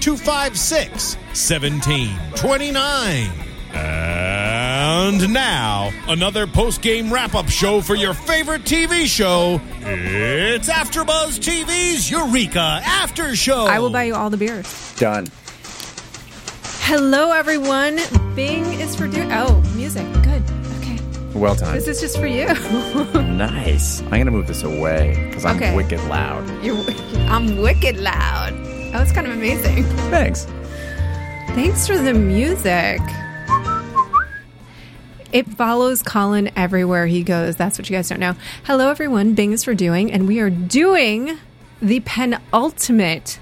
256 1729. And now, another post game wrap up show for your favorite TV show. It's AfterBuzz TV's Eureka After Show. I will buy you all the beers. Done. Hello, everyone. Bing is for doing. Oh, music. Good. Okay. Well done. This is just for you. nice. I'm gonna move this away because I'm Okay. wicked loud. You're, I'm wicked loud. That was kind of amazing. Thanks. Thanks for the music. It follows Colin everywhere he goes. That's what you guys don't know. Hello, everyone. Bing is for doing, and we are doing the penultimate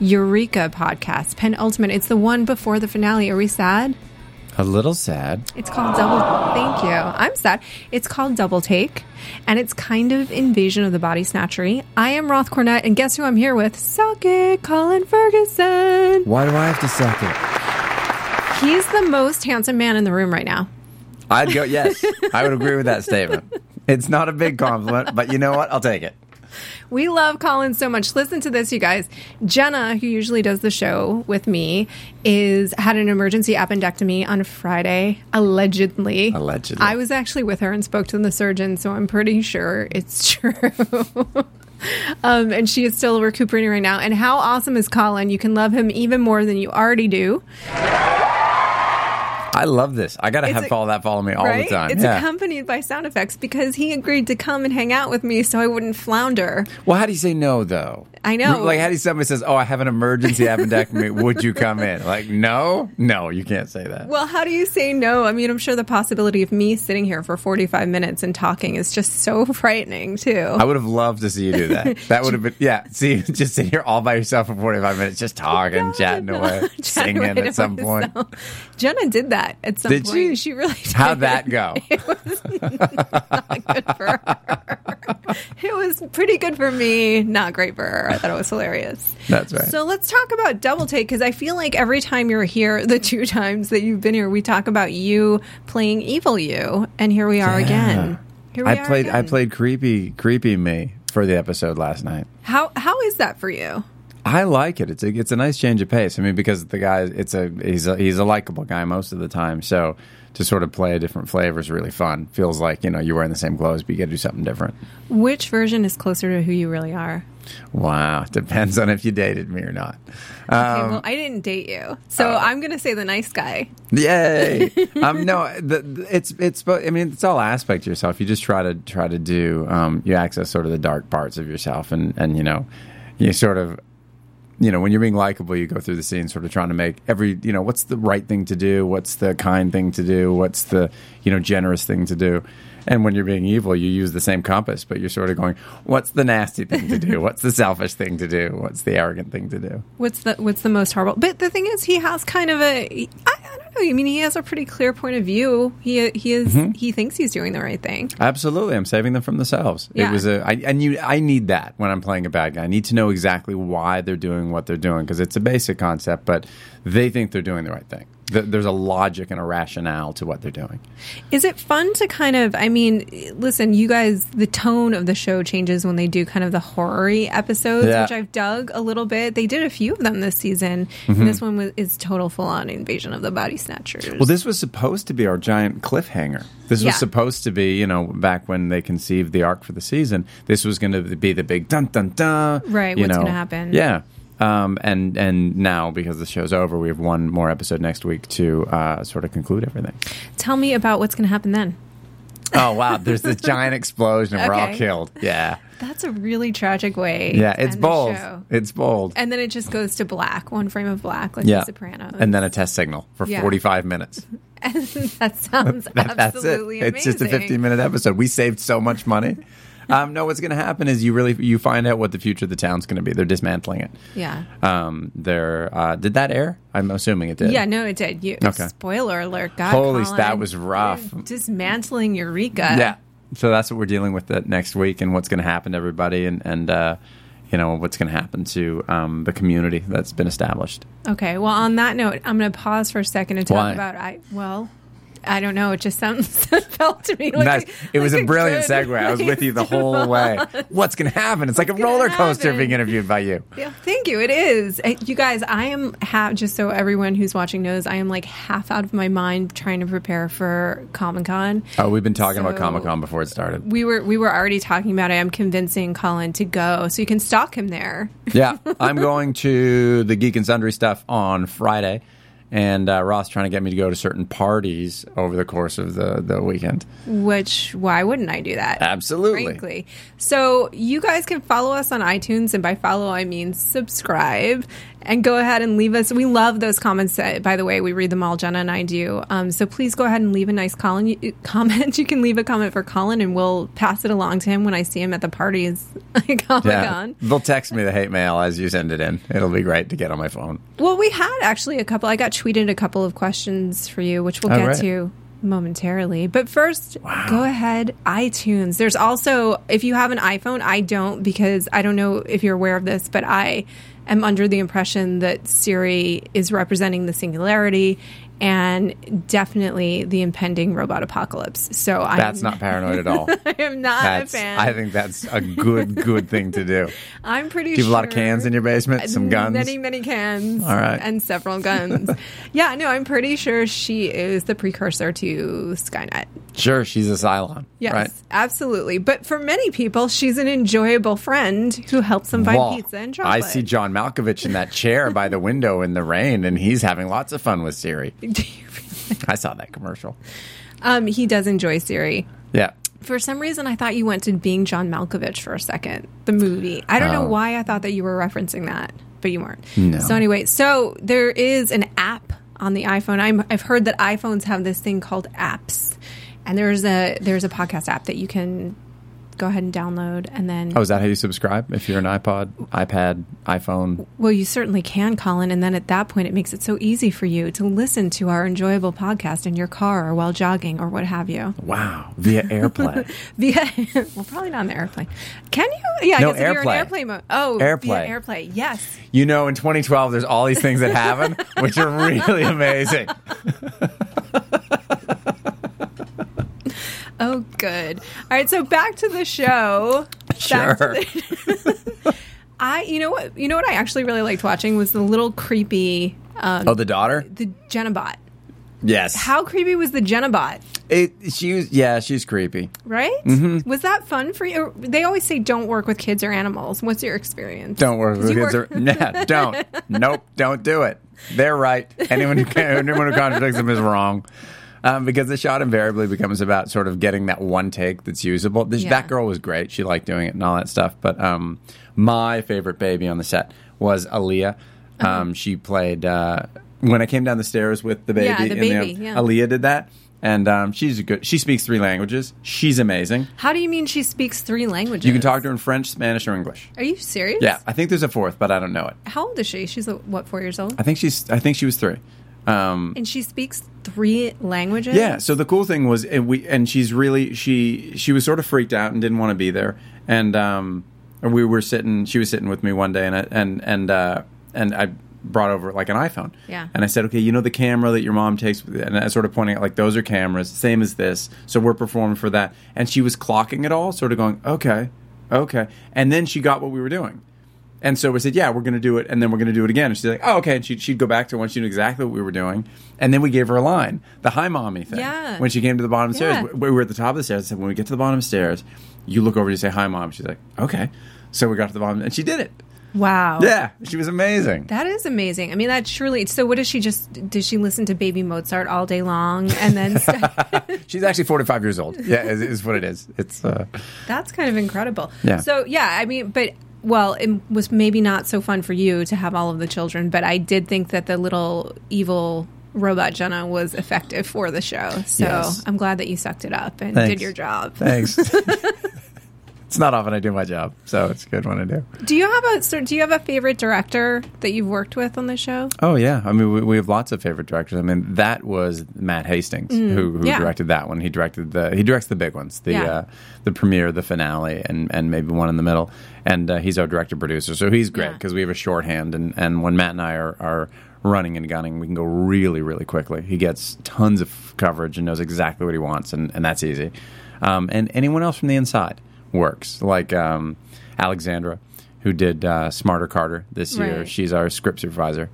Eureka podcast. Penultimate. It's the one before the finale. Are we sad? A little sad. It's called Double. Thank you. I'm sad. It's called Double Take, and it's kind of invasion of the body snatchery. I am Roth Cornett, and guess who I'm here with? Suck it, Colin Ferguson. Why do I have to suck it? He's the most handsome man in the room right now. I'd go. Yes, I would agree with that statement. It's not a big compliment, but you know what? I'll take it. We love Colin so much. Listen to this, you guys. Jenna, who usually does the show with me, is had an emergency appendectomy on Friday, allegedly. Allegedly. I was actually with her and spoke to the surgeon, so I'm pretty sure it's true. um, and she is still recuperating right now. And how awesome is Colin? You can love him even more than you already do. I love this. I gotta It's have a- follow that follow me all right? the time. It's yeah. accompanied by sound effects because he agreed to come and hang out with me so I wouldn't flounder. well, how do you say no though? I know. Like, how do you somebody says, "Oh, I have an emergency appendectomy. would you come in?" Like, no, no, you can't say that. Well, how do you say no? I mean, I'm sure the possibility of me sitting here for 45 minutes and talking is just so frightening, too. I would have loved to see you do that. That would have been yeah. See, just sit here all by yourself for forty five minutes, just talking, chatting away, singing Chatting away to at some point. myself. Jenna did that at some Did point. she? really did. How'd that go? Good for her. it was pretty good for me, not great for her. I thought it was hilarious. That's right. So let's talk about Double Take because I feel like every time you're here, the two times that you've been here, we talk about you playing evil you, and here we are again. Here we I are played I again. played creepy creepy me for the episode last night. How how is that for you? I like it. It's a it's a nice change of pace. I mean, because the guy, it's a he's a, he's a likable guy most of the time. So to sort of play a different flavor is really fun. Feels like you know you're wearing the same clothes, but you got to do something different. Which version is closer to who you really are? Wow, depends on if you dated me or not. okay, Um, well, I didn't date you, so uh, I'm going to say the nice guy. Yay! um, no, the, the- it's it's. but, I mean, it's all aspect of yourself. You just try to try to do. Um, you access sort of the dark parts of yourself, and and you know, you sort of, you know, when you're being likable, you go through the scene, sort of trying to make every. You know, what's the right thing to do? What's the kind thing to do? What's the you know generous thing to do? And when you're being evil, you use the same compass, but you're sort of going, what's the nasty thing to do? What's the selfish thing to do? What's the arrogant thing to do? What's the what's the most horrible? But the thing is, he has kind of a I, I don't know. I mean, he has a pretty clear point of view. He he is Mm-hmm. he thinks he's doing the right thing. Absolutely, I'm saving them from themselves. Yeah. It was a I, I knew I need that when I'm playing a bad guy. I need to know exactly why they're doing what they're doing because it's a basic concept, but they think they're doing the right thing. Th- There's a logic and a rationale to what they're doing. Is it fun to kind of? I mean, listen, you guys. The tone of the show changes when they do kind of the horror-y episodes, Yeah. which I've dug a little bit. They did a few of them this season, and this one was, is total full-on invasion of the body snatchers. Mm-hmm. Well, this was supposed to be our giant cliffhanger. This Yeah. was supposed to be, you know, back when they conceived the arc for the season. This was going to be the big dun dun dun. Right, you what's know. gonna happen. Yeah. Um, and and now because the show's over, we have one more episode next week to uh, sort of conclude everything. Tell me about what's going to happen then. oh wow, there's this giant explosion and we're all Okay. killed. Yeah, That's a really tragic way. yeah, to it's end the bold. show. It's bold. And then it just goes to black, one frame of black, like yeah, The Sopranos. and then a test signal for Yeah. 45 minutes. that sounds absolutely That- that's it. amazing. It's just a 15 minute episode. We saved so much money. Um, no, what's going to happen is you really you find out what the future of the town's going to be. They're dismantling it. Yeah. Um, they're uh, did that air? I'm assuming it did. Yeah, no, it did. You, Okay. Spoiler alert. God, Holy, Colin, that was rough. you're Dismantling Eureka. yeah. So that's what we're dealing with that next week, and what's going to happen to everybody, and and uh, you know what's going to happen to um, the community that's been established. Okay. Well, on that note, I'm going to pause for a second and talk Why? about I. Well, I don't know. It just sounds it felt to me like nice. a- it was like a brilliant good segue. I was with you the place to whole way. What's going to happen? It's like a gonna roller coaster happen? being interviewed by you. Yeah, thank you. It is. Uh, You guys, I am half, just so everyone who's watching knows, I am like half out of my mind trying to prepare for Comic Con. Oh, we've been talking about So- Comic Con before it started. We were we were already talking about it. I'm convincing Colin to go, so you can stalk him there. yeah, I'm going to the Geek and Sundry stuff on Friday, and uh, Ross trying to get me to go to certain parties over the course of the, the weekend. Which why wouldn't I do that? Absolutely. Frankly. So you guys can follow us on iTunes, and by follow I mean subscribe, and go ahead and leave us. We love those comments. uh, By the way, we read them all, Jenna and I do. Um, so please go ahead and leave a nice Colin you- comment. You can leave a comment for Colin, and we'll pass it along to him when I see him at the parties. Like, oh Comic Yeah, Con. they'll text me the hate mail as you send it in. It'll be great to get on my phone. Well, we had actually a couple. I got tweeted a couple of questions for you, which we'll Oh, get right. to momentarily. But first, go ahead, iTunes. There's also, if you have an iPhone, I don't because I don't know if you're aware of this, but I am under the impression that Siri is representing the singularity and definitely the impending robot apocalypse. So I'm, That's not paranoid at all. I am not That's, a fan. I think that's a good good thing to do. I'm pretty Do you have sure. a lot of cans in your basement? Some guns? Many, many cans. All right. And several guns. yeah, no, I'm pretty sure she is the precursor to Skynet. Sure, she's a Cylon. Yes, Right? absolutely. But for many people, she's an enjoyable friend who helps them find Whoa. pizza and I chocolate. see John Malkovich in that chair by the window in the rain, and he's having lots of fun with Siri. I saw that commercial. um, he does enjoy Siri. Yeah. For some reason, I thought you went to being John Malkovich for a second, the movie. I don't know Oh. why I thought that you were referencing that, but you weren't. No. So anyway, so there is an app on the iPhone. I'm, I've heard that iPhones have this thing called apps, and there's a there's a podcast app that you can go ahead and download, and then Oh, is that how you subscribe? If you're an iPod, iPad, iPhone? well, you certainly can, Colin. And then at that point, it makes it so easy for you to listen to our enjoyable podcast in your car or while jogging or what have you. Wow. Via AirPlay. Via well, probably not on the airplane. Can you? Yeah, I No, guess if you're in airplay. airplane mode. Oh, Airplay. Via airplay. Yes. you know, in 2012, there's all these things that happen, which are really amazing. Oh, good. All right. So back to the show. Back to Sure. the- I. You know what? You know what I actually really liked watching was the little creepy um, Oh, the daughter? the Genobot. Yes. How creepy was the Genobot? It, she was, yeah, she's creepy. Right? Mm-hmm. Was that fun for you? They always say don't work with kids or animals. What's your experience? Don't work with You kids. work- Are, nah, don't. Nope, don't do it. They're right. Anyone who, anyone who contradicts them is wrong. Um, because the shot invariably becomes about sort of getting that one take that's usable. This, Yeah. That girl was great. She liked doing it and all that stuff. But um, my favorite baby on the set was Aaliyah. Uh-huh. Um, She played uh, when I came down the stairs with the baby. Yeah, the in baby, yeah. Aaliyah did that, and um, she's a good. She speaks three languages. She's amazing. How do you mean she speaks three languages? You can talk to her in French, Spanish, or English. Are you serious? Yeah, I think there's a fourth, but I don't know it. How old is she? She's uh, what, four years old? I think she's. I think she was three. Um, And she speaks three languages. yeah. So the cool thing was, and we and she's really she she was sort of freaked out and didn't want to be there. And um, we were sitting. She was sitting with me one day, and I, and and uh, and I brought over like an iPhone. Yeah. And I said, okay, you know the camera that your mom takes, and I sort of pointing out like those are cameras, same as this. So we're performing for that. And she was clocking it all, sort of going, okay, okay. And then she got what we were doing. And so we said, yeah, we're going to do it, and then we're going to do it again. And she's like, oh, okay. And she'd, she'd go back to it once she knew exactly what we were doing. And then we gave her a line, the hi, mommy thing. Yeah. When she came to the bottom Yeah. stairs, we, we were at the top of the stairs. I said, when we get to the bottom stairs, you look over and you say, hi, mom. She's like, okay. So we got to the bottom, and she did it. Wow. Yeah, she was amazing. That is amazing. I mean, that surely. So, what does she just? Does she listen to Baby Mozart all day long? And then She's actually 45 years old. Yeah, is, is what it is. It's uh, that's kind of incredible. Yeah. So, yeah, I mean, but well, it was maybe not so fun for you to have all of the children, but I did think that the little evil robot Jenna was effective for the show. So Yes. I'm glad that you sucked it up and did Thanks. your job. thanks. it's not often I do my job, so it's good when I do. Do you have a so do you have a favorite director that you've worked with on the show? Oh yeah, I mean we, we have lots of favorite directors. I mean that was Matt Hastings who, who Mm, yeah. directed that one. He directed the he directs the big ones, the Yeah. uh, the premiere, the finale, and and maybe one in the middle. And uh, he's our director producer, so he's great Yeah. because we have a shorthand. And and when Matt and I are are running and gunning, we can go really really quickly. He gets tons of coverage and knows exactly what he wants, and and that's easy. Um, and anyone else from the inside works, like um, Alexandra. Who did uh, Smarter Carter this year? Right. She's our script supervisor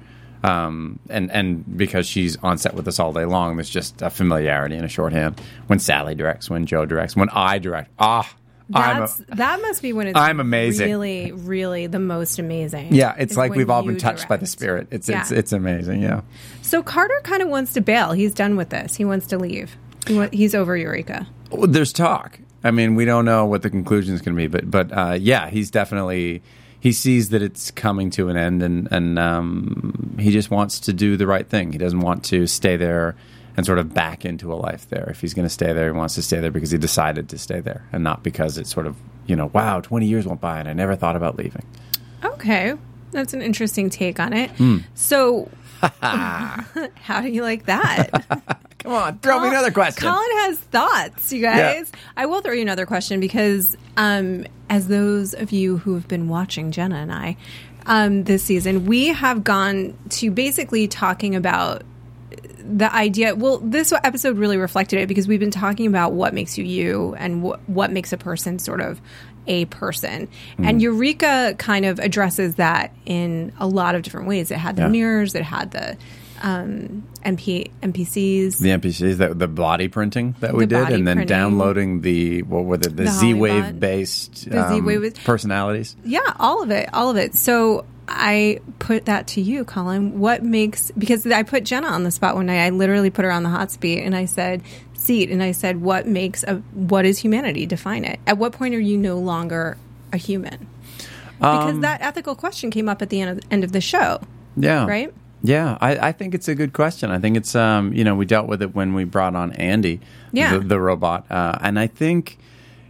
um, and and because she's on set with us all day long, there's just a familiarity and a shorthand. When Sally directs, when Joe directs, when I direct, ah, I'm a, That's that must be when it's I'm amazing. Really, really the most amazing. yeah. It's is like when we've all you been touched by the direct. spirit. It's Yeah. it's it's amazing. Yeah, So Carter kind of wants to bail. He's done with this. He wants to leave. He wa- he's over Eureka. well, there's talk. I mean, we don't know what the conclusion is going to be, but but uh, yeah, he's definitely he sees that it's coming to an end, and and um, he just wants to do the right thing. He doesn't want to stay there. And sort of back into a life there. If he's going to stay there, he wants to stay there because he decided to stay there, and not because it's sort of you know, wow, twenty years went by and I never thought about leaving. Okay, that's an interesting take on it. Hmm. So, how do you like that? Come on, throw me another question. Colin has thoughts, you guys. I will throw you another question because, um, as those of you who have been watching Jenna and I um, this season, we have gone to basically talking about the idea. Well, this episode really reflected it because we've been talking about what makes you you and wh- what makes a person sort of a person. Hmm. And Eureka kind of addresses that in a lot of different ways. It had the Yeah. mirrors, it had the um, MP, NPCs, the NPCs that the body printing that we The did, body and then printing. downloading the what were the, the, The Z Hollybot. Wave based The um, Z-Wave- personalities. Yeah, all of it, all of it. So I put that to you, Colin. What makes because I put Jenna on the spot one night. I literally put her on the hot seat, and I said seat, and I said, "What makes a what is humanity? Define it. At what point are you no longer a human?" Because that ethical question came up at the end of, end of the show. Yeah. Right? Yeah, I, I think it's a good question. I think it's um, you know we dealt with it when we brought on Andy, Yeah. the, the robot, uh, and I think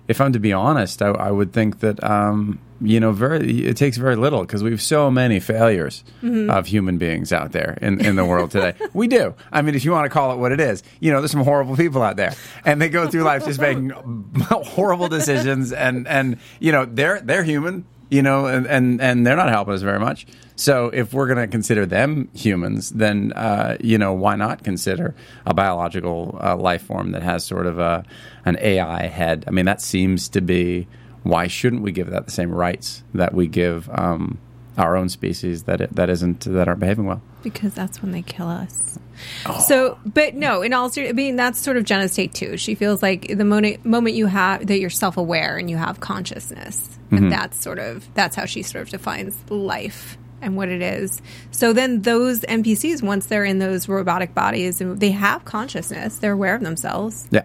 if I'm to be honest, I, I would think that um, you know very it takes very little because we have so many failures Mm-hmm. of human beings out there in, in the world today. we do. I mean, if you want to call it what it is, you know, there's some horrible people out there, and they go through life just making horrible decisions, and and you know they're they're human you know, and, and, and they're not helping us very much. So if we're going to consider them humans, then, uh, you know, why not consider a biological uh, life form that has sort of a, an AI head? I mean, that seems to be why shouldn't we give that the same rights that we give um, our own species that, it, that isn't that aren't behaving well? because that's when they kill us. So, but no, in all seriousness, I mean, that's sort of Jenna's take too. She feels like the moment, moment you have that you're self aware and you have consciousness, and that's sort of that's how she sort of defines life and what it is. So then those NPCs, once they're in those robotic bodies and they have consciousness, they're aware of themselves Yeah.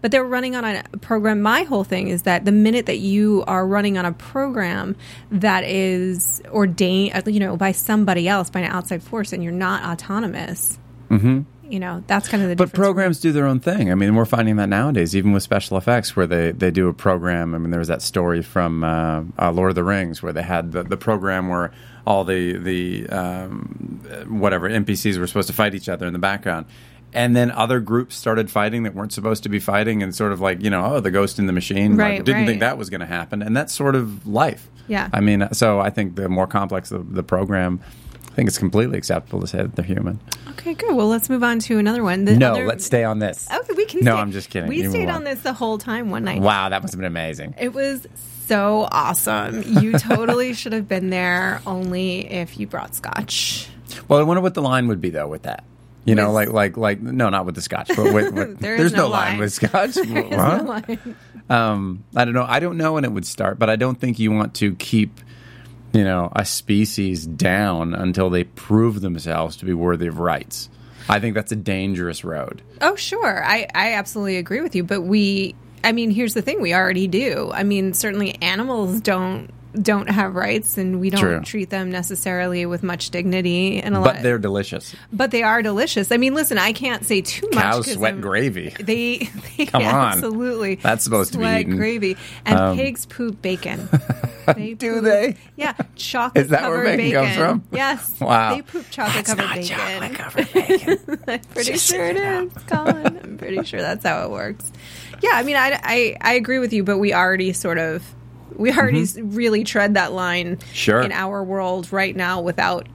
but they're running on a program. My whole thing is that the minute that you are running on a program that is ordained, uh, you know, by somebody else, by an outside force, and you're not autonomous, you know, that's kind of the Mm-hmm. But difference. programs do their own thing. I mean, we're finding that nowadays, even with special effects, where they, they do a program. I mean, there was that story from uh, uh, Lord of the Rings where they had the, the program where all the the um, uh, whatever NPCs were supposed to fight each other in the background. And then other groups started fighting that weren't supposed to be fighting, and sort of like you know, oh, the ghost in the machine. like, Right, didn't right. think that was going to happen, and that's sort of life. Yeah. I mean, so I think the more complex the, the program, I think it's completely acceptable to say that they're human. okay, good. Well, let's move on to another one. The No, other- let's stay on this. Oh, we can. No, stay- I'm just kidding. We You stayed move on this the whole time one night. Wow, that must have been amazing. It was so awesome. You totally should have been there, only if you brought scotch. Well, I wonder what the line would be though with that. You know, With- like like like no, not with the scotch, but with, with There is there's no no, line. line. with scotch. Huh? Like, Um, I don't know. I don't know when it would start, but I don't think you want to keep you know, a species down until they prove themselves to be worthy of rights. I think that's a dangerous road. Oh, sure. I, I absolutely agree with you. But we, I mean, here's the thing we already do. I mean, certainly animals don't don't have rights and we don't True. treat them necessarily with much dignity and a lot But they're delicious. but they are delicious i mean listen i can't say too much Cows 'cause sweat I'm- gravy. they, they Come on. absolutely That's supposed to be sweat eaten. Um, gravy and pigs poop bacon they Do poop- they? yeah chocolate Is that where covered bacon comes from? yes Wow. they poop chocolate covered bacon covered bacon. I'm pretty Just sure it saying. is, Colin. I'm pretty sure that's how it works. Yeah, I mean, I, I, I agree with you, but we already sort of, we already s really tread that line Sure. in our world right now without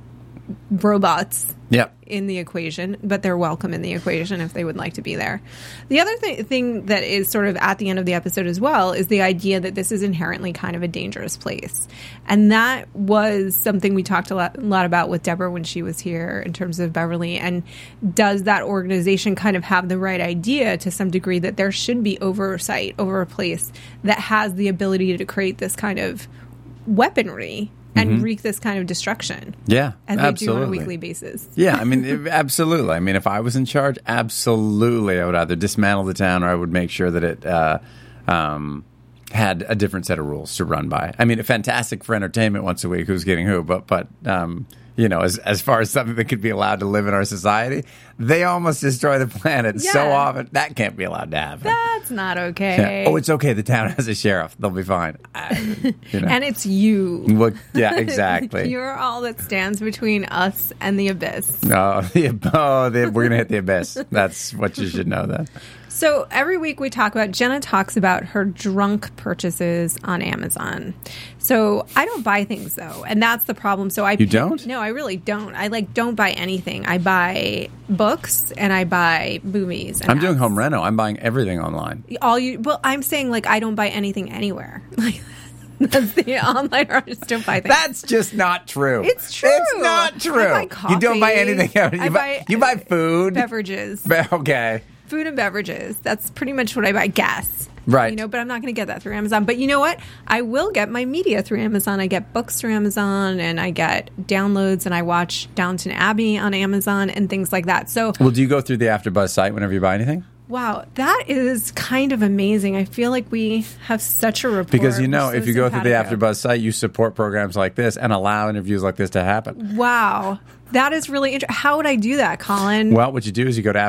robots yep. in the equation, but they're welcome in the equation if they would like to be there. The other th- thing that is sort of at the end of the episode as well is the idea that this is inherently kind of a dangerous place. And that was something we talked a lot, a lot about with Deborah when she was here in terms of Beverly. And does that organization kind of have the right idea to some degree that there should be oversight over a place that has the ability to create this kind of weaponry? And wreak this kind of destruction. Mm-hmm. Yeah, As they do on a absolutely. weekly basis. Yeah, I mean, if- absolutely. I mean, if I was in charge, absolutely, I would either dismantle the town or I would make sure that it uh, um, had a different set of rules to run by. I mean, fantastic for entertainment once a week, who's getting who, but but um, you know, as as far as something that could be allowed to live in our society, they almost destroy the planet so Yeah. often that can't be allowed to happen. That's not okay. Yeah. Oh, it's okay. The town has a sheriff; they'll be fine. I, you know. and it's you. Look, yeah, exactly. You're all that stands between us and the abyss. Oh, the, oh the, we're going to hit the abyss. That's what you should know then. So every week we talk about Jenna talks about her drunk purchases on Amazon. So I don't buy things though, and that's the problem. So I You don't? No, I really don't. I like don't buy anything. I buy books and I buy movies. And I'm doing apps. home reno. I'm buying everything online. all you. Well, I'm saying like I don't buy anything anywhere. Like that's the online. I just don't buy things. That's just not true. It's true. It's not true. I buy You don't buy coffee. anything. You, I buy, buy- you buy food. beverages. Be- okay. food and beverages. That's pretty much what I buy. Gas. Right. You know, but I'm not going to get that through Amazon. But you know what? I will get my media through Amazon. I get books through Amazon and I get downloads and I watch Downton Abbey on Amazon and things like that. So, Well, do you go through the AfterBuzz site whenever you buy anything? wow, that is kind of amazing. I feel like we have such a rapport. Because you know, We're so if you go through the simpatico. AfterBuzz site, you support programs like this and allow interviews like this to happen. Wow. That is really interesting. How would I do that, Colin? Well, what you do is you go to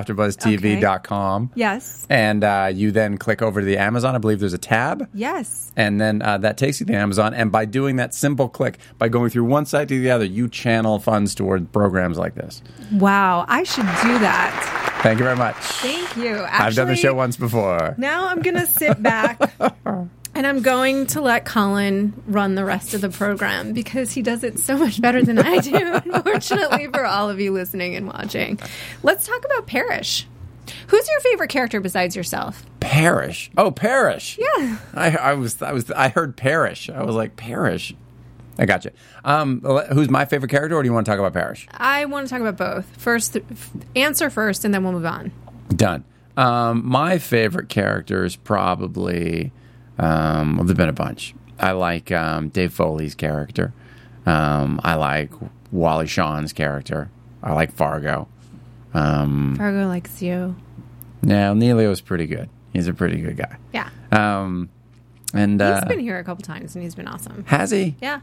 AfterBuzzTV.com. yes. And uh, you then click over to the Amazon. I believe there's a tab. Yes. And then uh, that takes you to Amazon. And by doing that simple click, by going through one site to the other, you channel funds toward programs like this. Wow. I should do that. Thank you very much. Thank you. I've done the Actually- show once before. Now I'm going to sit back and I'm going to let Colin run the rest of the program because he does it so much better than I do, unfortunately, for all of you listening and watching. Let's talk about Parrish. Who's your favorite character besides yourself? Parish. Oh, Parish. Yeah. I, I was. I was. I heard Parish. I was like Parish. I got you. Um, who's my favorite character, or do you want to talk about Parish? I want to talk about both. First, f- answer first, and then we'll move on. Done. Um, my favorite character is probably um, well, there've been a bunch. I like um, Dave Foley's character. Um, I like Wally Shawn's character. I like Fargo. Um, Fargo likes you. Now Neilio's pretty good. He's a pretty good guy. Yeah. Um, and uh, He's been here a couple times and he's been awesome. has he? Yeah.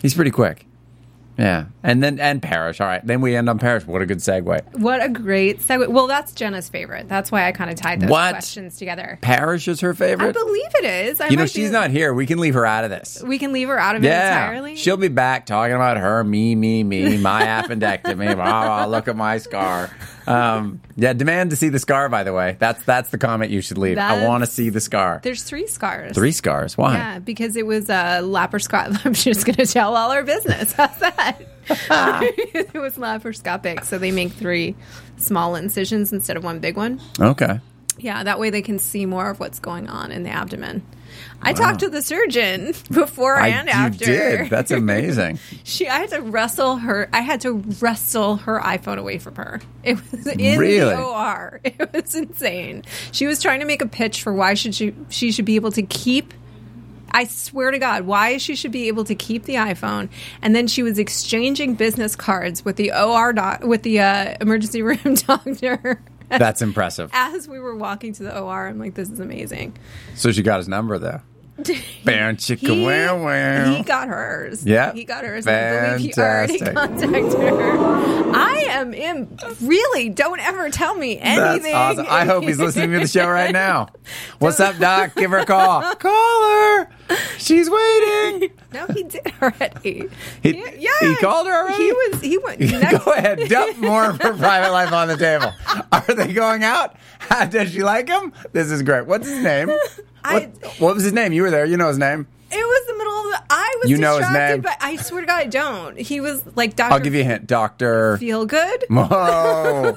He's pretty quick. Yeah, and then and Parrish. All right, then we end on Parrish. What a good segue. What a great segue. Well, that's Jenna's favorite. That's why I kind of tied those What? questions together. Parrish is her I favorite. believe it is. I You know might be- she's not here. We can leave her out of this. We can leave her out of it Yeah, entirely. she'll be back talking about her me me me my appendectomy. Blah, blah, look at my scar. Um, yeah, demand to see the scar. By the way, that's that's the comment you should leave. I That's- want to see the scar. There's three scars. Three scars. Why? Yeah, because it was a laparoscopic. I'm just going to tell all our business. How's that? it was laparoscopic, so they make three small incisions instead of one big one. Okay. Yeah, that way they can see more of what's going on in the abdomen. I talked to the surgeon before and I, after. You did. That's amazing. She, I had to wrestle her. I had to wrestle her iPhone away from her. It was in Really? the OR. It was insane. She was trying to make a pitch for why should she she should be able to keep I swear to God, why she should be able to keep the iPhone, and then she was exchanging business cards with the OR doc, with the uh, emergency room doctor. That's impressive. As we were walking to the OR, I'm like, this is amazing. So she got his number though. Bam, chicka, He, wow, wow. he got hers. Yeah. He got hers. I believe he already Fantastic. contacted her. I am in. Really, don't ever tell me That's anything. awesome. I hope he's listening to the show right now. What's up, Doc? Give her a call. Call her. She's waiting. No, he did already. He- he called her already? He was. He went. next- Go ahead. Dump more of her private life on the table. Are they going out? How, does she like him? This is great. What's his name? I- What, what was his name? You were there. You know his name. It was the middle of the. I was You know his distracted, name. but I swear to God, I don't. He was like Doctor. I'll give you a hint. Doctor. Feel good. Whoa.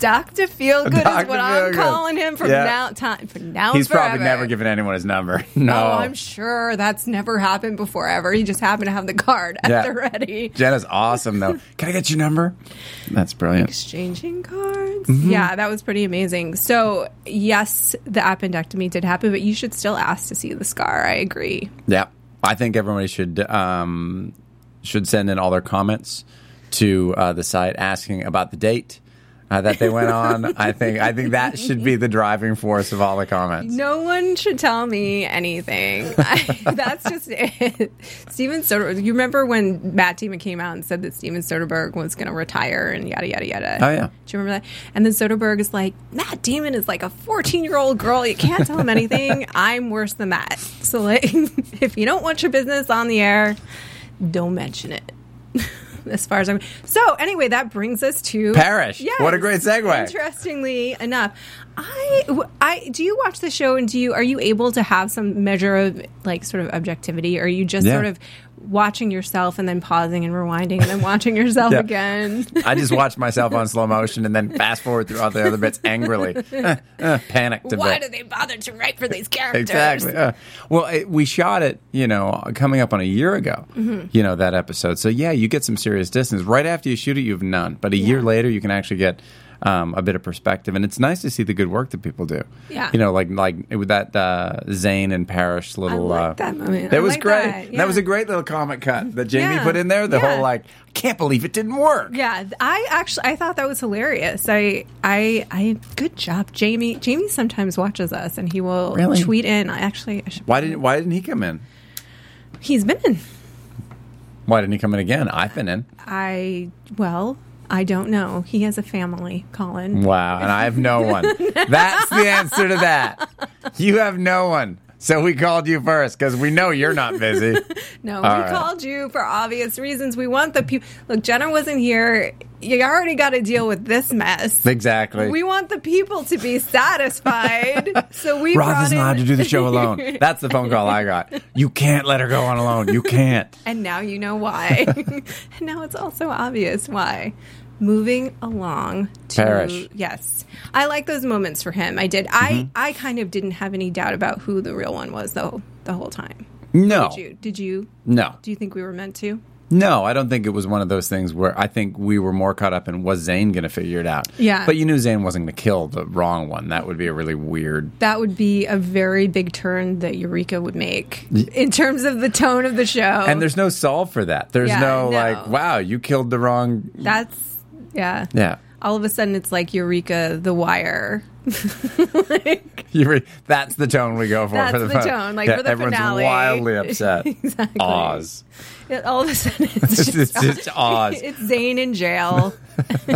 Doctor Feel Good is Dr. what I'm Feelgood. calling him from Yeah. now time. From now He's and forever. probably never given anyone his number. No. Oh, I'm sure that's never happened before ever. He just happened to have the card at Yeah. the ready. Jenna's awesome though. Can I get your number? That's brilliant. Exchanging cards. Yeah, that was pretty amazing. So, yes, the appendectomy did happen, but you should still ask to see the scar. I agree. Yeah, I think everybody should um, should send in all their comments to uh, the site asking about the date uh, that they went on. I think I think that should be the driving force of all the comments. No one should tell me anything. I, that's just it. Steven Soderbergh. You remember when Matt Damon came out and said that Steven Soderbergh was going to retire and yada yada yada. Oh, yeah. Do you remember that? And then Soderbergh is like, Matt Damon is like a fourteen-year-old girl. You can't tell him anything. I'm worse than that. So like, if you don't want your business on the air, don't mention it. as far as I'm. So anyway, that brings us to Parrish. What a great segue. Interestingly enough, I, w- I- do you watch the show and do you are you able to have some measure of like sort of objectivity? Or are you just Yeah. sort of watching yourself and then pausing and rewinding and then watching yourself Yeah. again? I just watched myself on slow motion and then fast forward through all the other bits angrily, uh, uh, panicked a Why bit. do they bother to write for these characters? Exactly. Uh, well, it, we shot it, you know, coming up on a year ago, Mm-hmm. you know, that episode. So, yeah, you get some serious distance. Right after you shoot it, you have none. But a year later, you can actually get um, a bit of perspective. And it's nice to see the good work that people do. Yeah. You know, like like with that uh, Zane and Parrish little. liked uh, that moment. I That was liked great. that, yeah. was a great little comic cut that Jamie Yeah. put in there. The Yeah. whole, like, I can't believe it didn't work. Yeah, th- I actually I thought that was hilarious. I I I good job, Jamie. Jamie sometimes watches us and he will Really? tweet in. I actually I should, Why didn't Why didn't he come in? he's been in. Why didn't he come in again? I've been in. I well, I don't know. He has a family, Colin. Wow, and I have no one. That's the answer to that. You have no one. So we called you first because we know you're not busy. No, we All right. called you for obvious reasons. We want the people. Look, Jenna wasn't here. You already got to deal with this mess. Exactly. We want the people to be satisfied. so we Rob brought doesn't in- know how to do the show alone. That's the phone call I got. You can't let her go on alone. You can't. And now you know why. and now it's also obvious why. Moving along to Parrish. Mm-hmm. yes, I like those moments for him. I did. I I kind of didn't have any doubt about who the real one was though the whole time. No. Did you? Did you? Oh. No. Do you think we were meant to? No, I don't think it was one of those things where I think we were more caught up in was Zane going to figure it out. Yeah. But you knew Zane wasn't going to kill the wrong one. That would be a really weird. That would be a very big turn that Eureka would make in terms of the tone of the show. And there's no solve for that. There's Oh. Yeah, no, no. like, wow, you killed the wrong. that's yeah. Yeah. All of a sudden, it's like Eureka, The Wire. like, You re- that's the tone we go for. That's for the, the fin- tone, like, for the everyone's finale. wildly upset. Exactly. Oz. it- all of a sudden, it's It's just, just Oz. it's Zane in jail,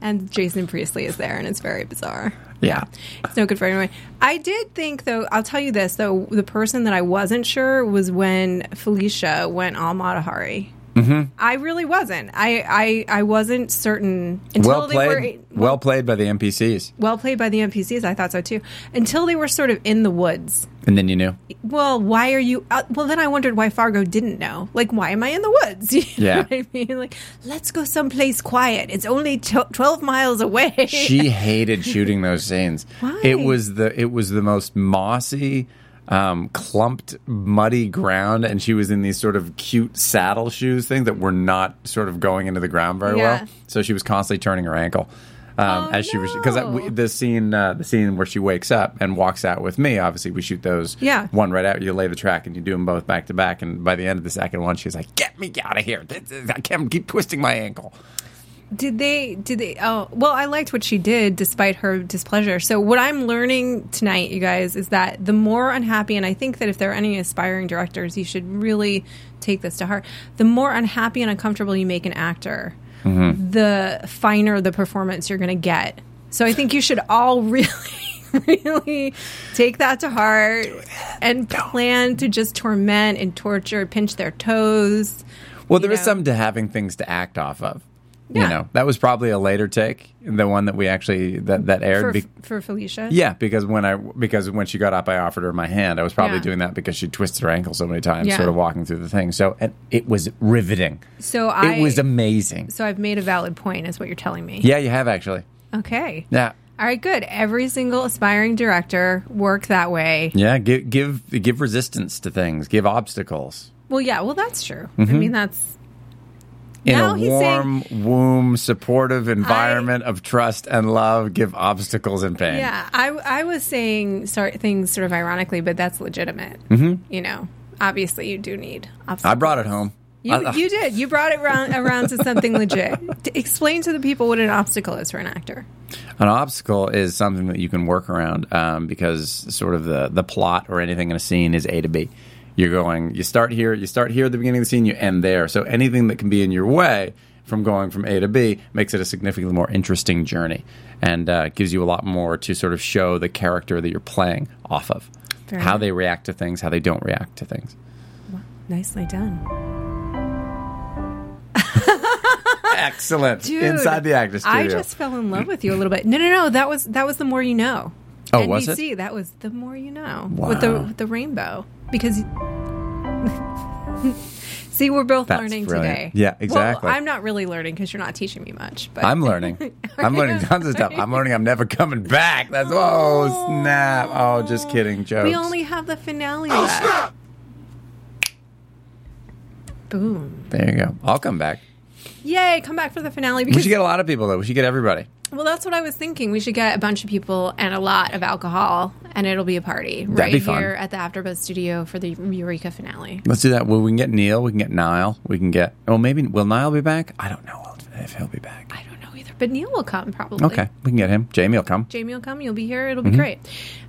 and Jason Priestley is there, and it's very bizarre. Yeah. It's no good for anyone. I did think, though, I'll tell you this, though, the person that I wasn't sure was when Felicia went all Matahari. Mm-hmm. I really wasn't. I, I, I wasn't certain until Well they were played. Well played by the NPCs. well played by the NPCs. I thought so too. Until they were sort of in the woods. And then you knew. Well, why are you? Out? Well, then I wondered why Fargo didn't know. Like, why am I in the woods? You know Yeah. what I mean, like, let's go someplace quiet. It's only t- twelve miles away. She hated shooting those scenes. Why? It was the it was the most mossy, um, clumped, muddy ground, and she was in these sort of cute saddle shoes things that were not sort of going into the ground very Yeah. well. So she was constantly turning her ankle. um, Oh, as she was because no. the scene uh, the scene where she wakes up and walks out with me. Obviously, we shoot those Yeah. one right out. You lay the track and you do them both back to back. And by the end of the second one, she's like, "Get me out of here! This is- I can't keep twisting my ankle." Did they? Did they? Oh, well, I liked what she did despite her displeasure. So, what I'm learning tonight, you guys, is that the more unhappy, and I think that if there are any aspiring directors, you should really take this to heart. The more unhappy and uncomfortable you make an actor, Mm-hmm. the finer the performance you're going to get. So, I think you should all really. Really take that to heart and plan to just torment and torture, pinch their toes. Well, there you is know? something to having things to act off of. You Yeah. know, that was probably a later take, the one that we actually that that aired. for, be- for Felicia. yeah, because when I because when she got up, I offered her my hand. I was probably Yeah. doing that because she twisted her ankle so many times, Yeah. sort of walking through the thing. So and it was riveting. So I it was amazing. So I've made a valid point, is what you're telling me. Yeah, you have actually. Okay. Yeah, All right, good. Every single aspiring director work that way. yeah. Give give give resistance to things. Give obstacles Well, yeah, well, that's true. I Mm-hmm. mean, that's. in Now a he's warm womb, supportive environment of trust and love. Give obstacles and pain. Yeah, I, I was saying sort things sort of ironically, but that's legitimate. You know, obviously you do need obstacles. Mm-hmm. I brought it home. You, I- you did. You brought it round, around to something legit. D- explain to the people what an obstacle is for an actor. An obstacle is something that you can work around um, because sort of the the plot or anything in a scene is A to B. You're going. You start here. You start here at the beginning of the scene. You end there. So anything that can be in your way from going from A to B makes it a significantly more interesting journey and uh, gives you a lot more to sort of show the character that you're playing off of, Fair how enough. they react to things, how they don't react to things. Nicely done. Excellent. Dude, Inside the actor studio. I just fell in love with you a little bit. No, no, no. That was that was the more you know. Oh, NBC, was it? E That was the more you know with the Wow. with the rainbow because. See, we're both That's learning brilliant. today. Yeah, exactly. Well, I'm not really learning because you're not teaching me much. But I'm learning. I'm learning tons of stuff. I'm learning I'm never coming back. That's oh snap. Oh, just kidding, jokes. we only have the finale left. Boom! there you go. I'll come back. Yay! Come back for the finale We because should get a lot of people though. We should get everybody. well, that's what I was thinking. We should get a bunch of people and a lot of alcohol, and it'll be a party right be fun. here at the AfterBuzz Studio for the Eureka finale. Let's do that. Well, we can get Neil. We can get Niall. We can get. Oh, maybe will Niall be back? I don't know if he'll be back. I don't know either, but Neil will come probably. Okay, we can get him. Jamie will come. Jamie will come. You'll be here. It'll be Mm-hmm. great.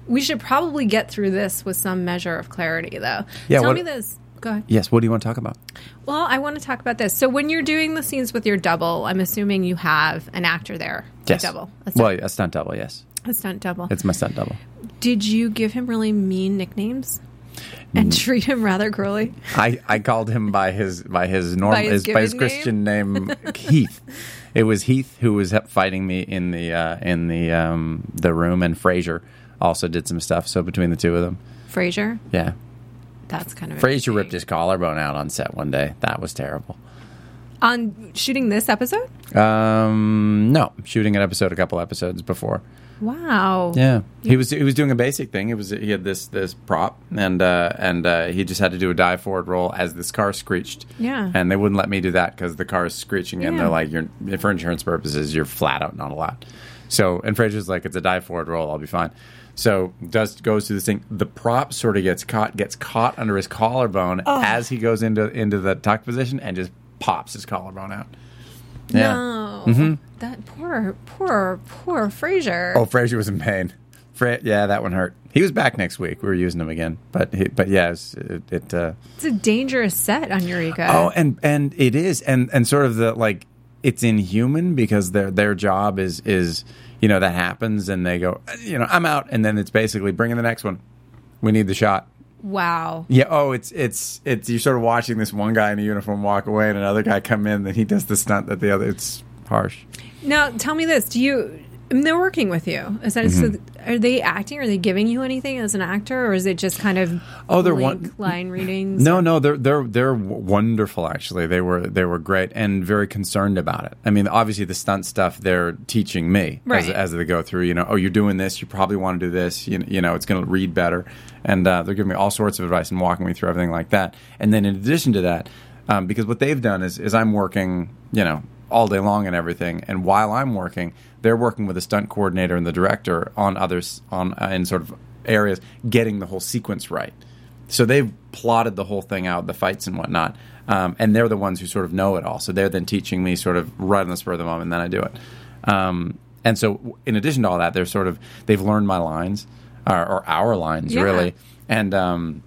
We should probably get through this with some measure of clarity, though. Yeah, Tell what- me this. Go ahead. Yes. What do you want to talk about? Well, I want to talk about this. So, when you're doing the scenes with your double, I'm assuming you have an actor there. a Yes. double. A well, stunt, a stunt double. Yes, a stunt double. it's my stunt double. Did you give him really mean nicknames Mm. and treat him rather cruelly? I, I called him by his by his normal By his his, by his given Christian name Heath. It was Heath who was up fighting me in the uh, in the um, the room, and Fraser also did some stuff. So between the two of them, Frasier? yeah, That's kind of Fraser interesting. ripped his collarbone out on set one day. That was terrible. on shooting this episode. Um, no, shooting an episode a couple episodes before. Wow. Yeah, he was he was doing a basic thing. It was he had this this prop and uh, and uh, he just had to do a dive forward roll as this car screeched. Yeah. and they wouldn't let me do that because the car is screeching and Yeah. they're like, "You're for insurance purposes, you're flat out not allowed." So and Fraser's like, "It's a dive forward roll. I'll be fine." So Dust goes through this thing. The prop sort of gets caught gets caught under his collarbone Oh. as he goes into into the tuck position and just pops his collarbone out. Yeah. Mm-hmm. No. That poor, poor, poor Frasier. Oh, Frazier was in pain. Fra- yeah, that one hurt. He was back next week. We were using him again, but he, but yeah, it. Was, it, it uh, It's a dangerous set on Eureka. oh, and and it is, and and sort of the like, it's inhuman because their their job is is you know that happens, and they go, you know, I'm out, and then it's basically bring in the next one. We need the shot. wow. Yeah. Oh, it's it's it's you're sort of watching this one guy in a uniform walk away, and another guy come in, then he does the stunt that the other. It's harsh. Now, tell me this. Do you, I mean, they're working with you. Is that, Mm-hmm. so are they acting? Are they giving you anything as an actor? Or is it just kind of Oh, they're link, one- line readings? No, no, they're they're they're w- wonderful. Actually, they were they were great and very concerned about it. I mean, obviously the stunt stuff they're teaching me as, Right. as they go through. You know, oh, you're doing this. You probably want to do this. You, you know, it's going to read better. And uh, they're giving me all sorts of advice and walking me through everything like that. And then in addition to that, um, because what they've done is is I'm working. You know, all day long and everything. And while I'm working, they're working with the stunt coordinator and the director on others on uh, in sort of areas, getting the whole sequence right. So they've plotted the whole thing out, the fights and whatnot. Um, and they're the ones who sort of know it all. So they're then teaching me sort of right on the spur of the moment, and then I do it. Um, and so, in addition to all that, they're sort of they've learned my lines or, or our lines Yeah. really, and um,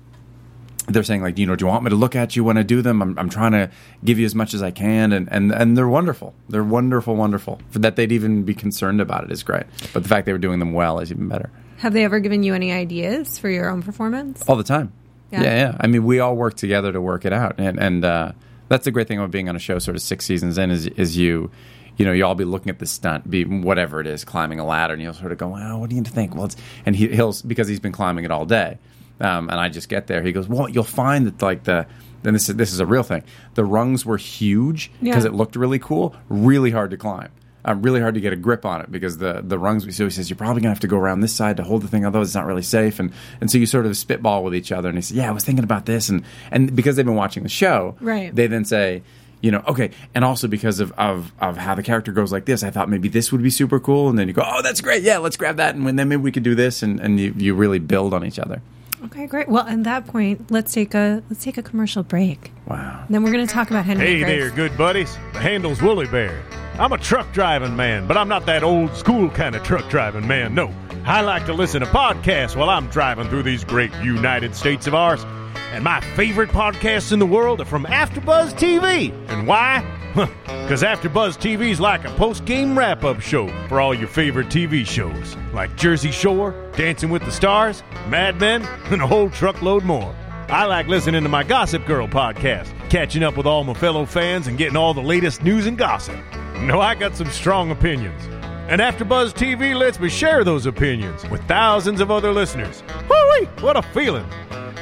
they're saying like, you know, do you want me to look at you when I do them? I'm, I'm trying to give you as much as I can, and and and they're wonderful. They're wonderful, wonderful. For that they'd even be concerned about it is great. But the fact they were doing them well is even better Have they ever given you any ideas for your own performance? all the time. Yeah. Yeah, yeah. I mean, we all work together to work it out, and and uh, that's the great thing about being on a show, sort of six seasons in, is is you. You know, you all be looking at the stunt, be whatever it is, climbing a ladder, and you'll sort of go, "Well, what do you think?" Well, it's and he, he'll because he's been climbing it all day, um, and I just get there. He goes, "Well, you'll find that like the and this is this is a real thing. The rungs were huge because Yeah. it looked really cool, really hard to climb, uh, really hard to get a grip on it because the the rungs. So he says you're probably gonna have to go around this side to hold the thing, although it's not really safe. And and so you sort of spitball with each other. And he says, yeah, I was thinking about this, and and because they've been watching the show, Right. They then say. You know, okay, and also because of, of of how the character goes like this, I thought maybe this would be super cool, and then you go, oh, that's great, yeah, let's grab that, and then maybe we could do this, and, and you, you really build on each other. Okay, great. Well, at that point, let's take a let's take a commercial break. Wow. Then we're going to talk about Henry. Hey Grace. there, good buddies. The handle's Woolly Bear. I'm a truck driving man, but I'm not that old school kind of truck driving man. No, I like to listen to podcasts while I'm driving through these great United States of ours. And my favorite podcasts in the world are from AfterBuzz TV. And why? Because AfterBuzz TV is like a post-game wrap-up show for all your favorite TV shows, like Jersey Shore, Dancing with the Stars, Mad Men, and a whole truckload more. I like listening to my Gossip Girl podcast, catching up with all my fellow fans and getting all the latest news and gossip. No, I got some strong opinions. And AfterBuzz TV lets me share those opinions with thousands of other listeners. Woo-wee, what a feeling!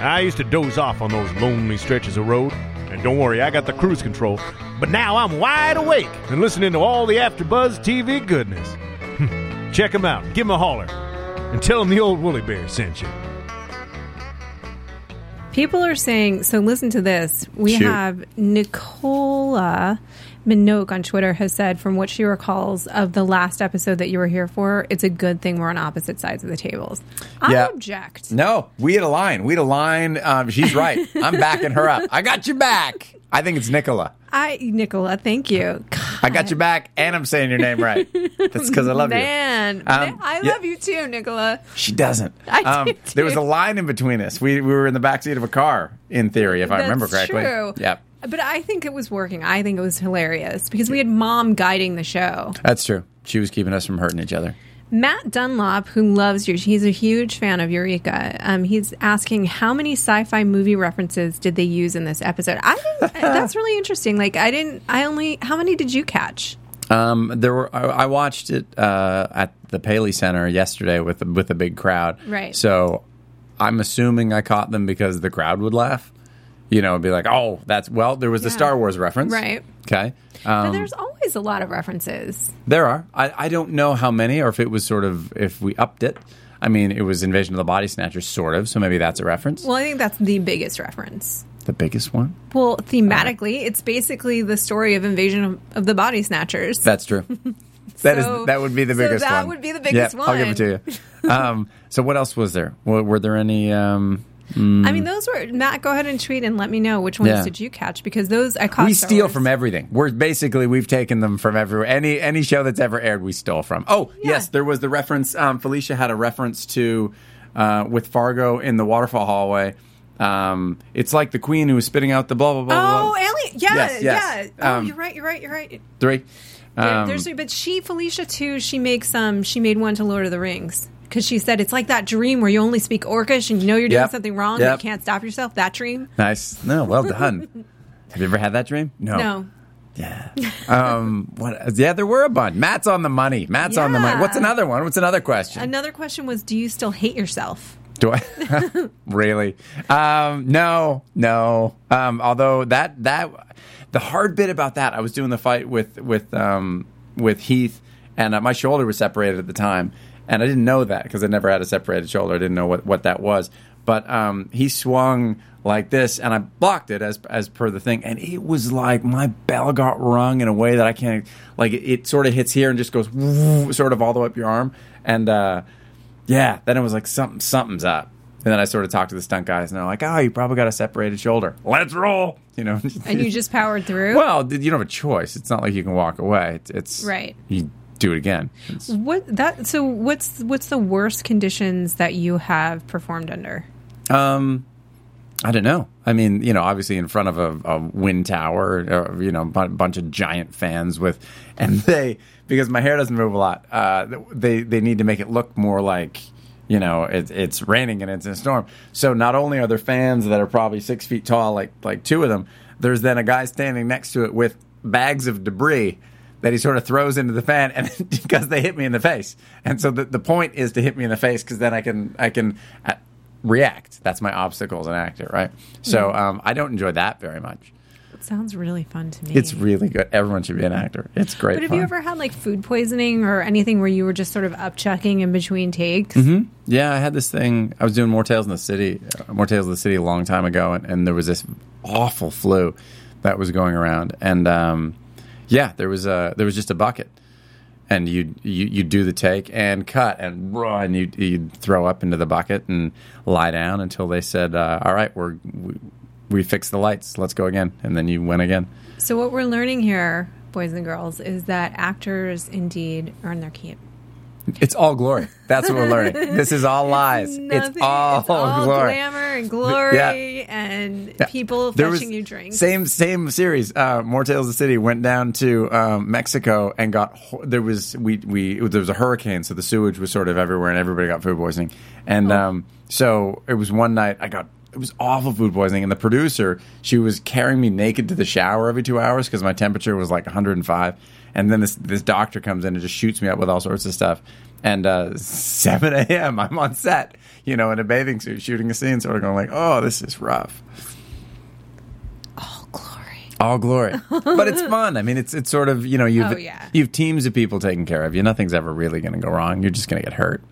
I used to doze off on those lonely stretches of road, and don't worry, I got the cruise control. But now I'm wide awake and listening to all the AfterBuzz TV goodness. Check them out, give them a holler, and tell them the old woolly bear sent you. People are saying, so listen to this. We Shoot. have Nicola Minogue on Twitter has said, from what she recalls of the last episode that you were here for, it's a good thing we're on opposite sides of the tables. I Yeah. object. No, we had a line. We had a line. Um, she's right. I'm backing her up. I got your back. I think it's Nicola. I, Nicola, thank you. God, I got your back, and I'm saying your name right. That's because I love man. you. Man, Um, I yeah. love you too, Nicola. She doesn't. Um, I do, there was too. a line in between us. We, we were in the backseat of a car, in theory, if I remember That's correctly. True. Yep. But I think it was working. I think it was hilarious because we had mom guiding the show. That's true. She was keeping us from hurting each other. Matt Dunlop, who loves you, he's a huge fan of Eureka. Um, he's asking how many sci-fi movie references did they use in this episode? I didn't. that's really interesting. Like I didn't. I only. How many did you catch? Um, there were. I, I watched it uh, at the Paley Center yesterday with with a big crowd. Right. So I'm assuming I caught them because the crowd would laugh. You know, it'd be like, "Oh, that's well." There was the Yeah. Star Wars reference, Right. Okay. But Um, there's always a lot of references. there are. I, I don't know how many, or if it was sort of if we upped it. I mean, it was Invasion of the Body Snatchers, sort of. So maybe that's a reference. Well, I think that's the biggest reference. the biggest one. Well, thematically, it's basically the story of invasion of, of the body snatchers. That's true. That is So- that would be the so biggest that one. would be the biggest Yep, I'll give it to you. Um, so what else was there? Were, were there any? Um, I mean, those were Matt. Go ahead and tweet and let me know which ones Yeah. did you catch because those I caught. we Star steal Wars. from everything. We're basically we've taken them from everywhere. Any any show that's ever aired, we stole from. Oh Yeah. yes, there was the reference. Um, Felicia had a reference to uh, with Fargo in the waterfall hallway. Um, it's like the queen who was spitting out the blah blah blah. blah, Oh, blah. alien! Yeah, Yes, yes. yeah. Oh, Um, you're right. You're right. You're right. three. There- Um, There's, but she, Felicia, too. She makes um, she made one to Lord of the Rings because she said it's like that dream where you only speak Orcish and you know you're doing Yep. something wrong, Yep. but you can't stop yourself. That dream. nice. No, well done. Have you ever had that dream? No. No, Yeah. Um, what, yeah, there were a bunch. Matt's on the money. Matt's on the money. Yeah. What's another one? What's another question? another question was, do you still hate yourself? Do I really? Um, no, no. Um, although that that the hard bit about that, I was doing the fight with with um, with Heath, and uh, my shoulder was separated at the time, and I didn't know that because I never had a separated shoulder. I didn't know what what that was. But um, he swung like this, and I blocked it as as per the thing, and it was like my bell got rung in a way that I can't. Like it, it sort of hits here and just goes woo, sort of all the way up your arm, and uh, yeah, then it was like something something's up. And then I sort of talked to the stunt guys, and they're like, "Oh, you probably got a separated shoulder. Let's roll." You know. And you just powered through. Well, th- you don't have a choice. It's not like you can walk away. It's, it's Right. You do it again. It's- What that? So what's what's the worst conditions that you have performed under? um, I don't know. I mean, you know, obviously in front of a, a wind tower, or, you know, a bu- bunch of giant fans with, and they because my hair doesn't move a lot. Uh, they they need to make it look more like. You know, it, it's raining and it's in a storm. So not only are there fans that are probably six feet tall, like like two of them, there's then a guy standing next to it with bags of debris that he sort of throws into the fan and because they hit me in the face and so the, the point is to hit me in the face because then i can i can uh, react that's my obstacle as an actor right so um, i don't enjoy that very much It sounds really fun to me. it's really good everyone should be an actor it's great But have fun. you ever had like food poisoning or anything where you were just sort of upchucking in between takes? Yeah, I had this thing. I was doing More Tales in the City, uh, More Tales in the City, a long time ago, and, and there was this awful flu that was going around, and um, yeah, there was a there was just a bucket, and you you you do the take and cut and run, you you throw up into the bucket and lie down until they said, uh, "All right, we're we, we fixed the lights, let's go again," and then you went again. So what we're learning here, boys and girls, is that actors indeed earn their keep. It's all glory. That's what we're learning. This is all lies. It's, Nothing- all, it's all glory. glamour and glory and Yeah. people There fetching was- you drinks. Same same series. Uh, More Tales of the City went down to um, Mexico and got ho- there was we we there was a hurricane, so the sewage was sort of everywhere, and everybody got food poisoning. And Oh. um, so it was one night I got it was awful food poisoning, and the producer she was carrying me naked to the shower every two hours because my temperature was like 105. And then this this doctor comes in and just shoots me up with all sorts of stuff. And uh, 7 a.m. I'm on set, you know, in a bathing suit, shooting a scene, sort of going like, "Oh, this is rough." all glory. all glory. but it's fun. I mean, it's it's sort of you know you've Oh, yeah. you've teams of people taking care of you. Nothing's ever really going to go wrong. You're just going to get hurt.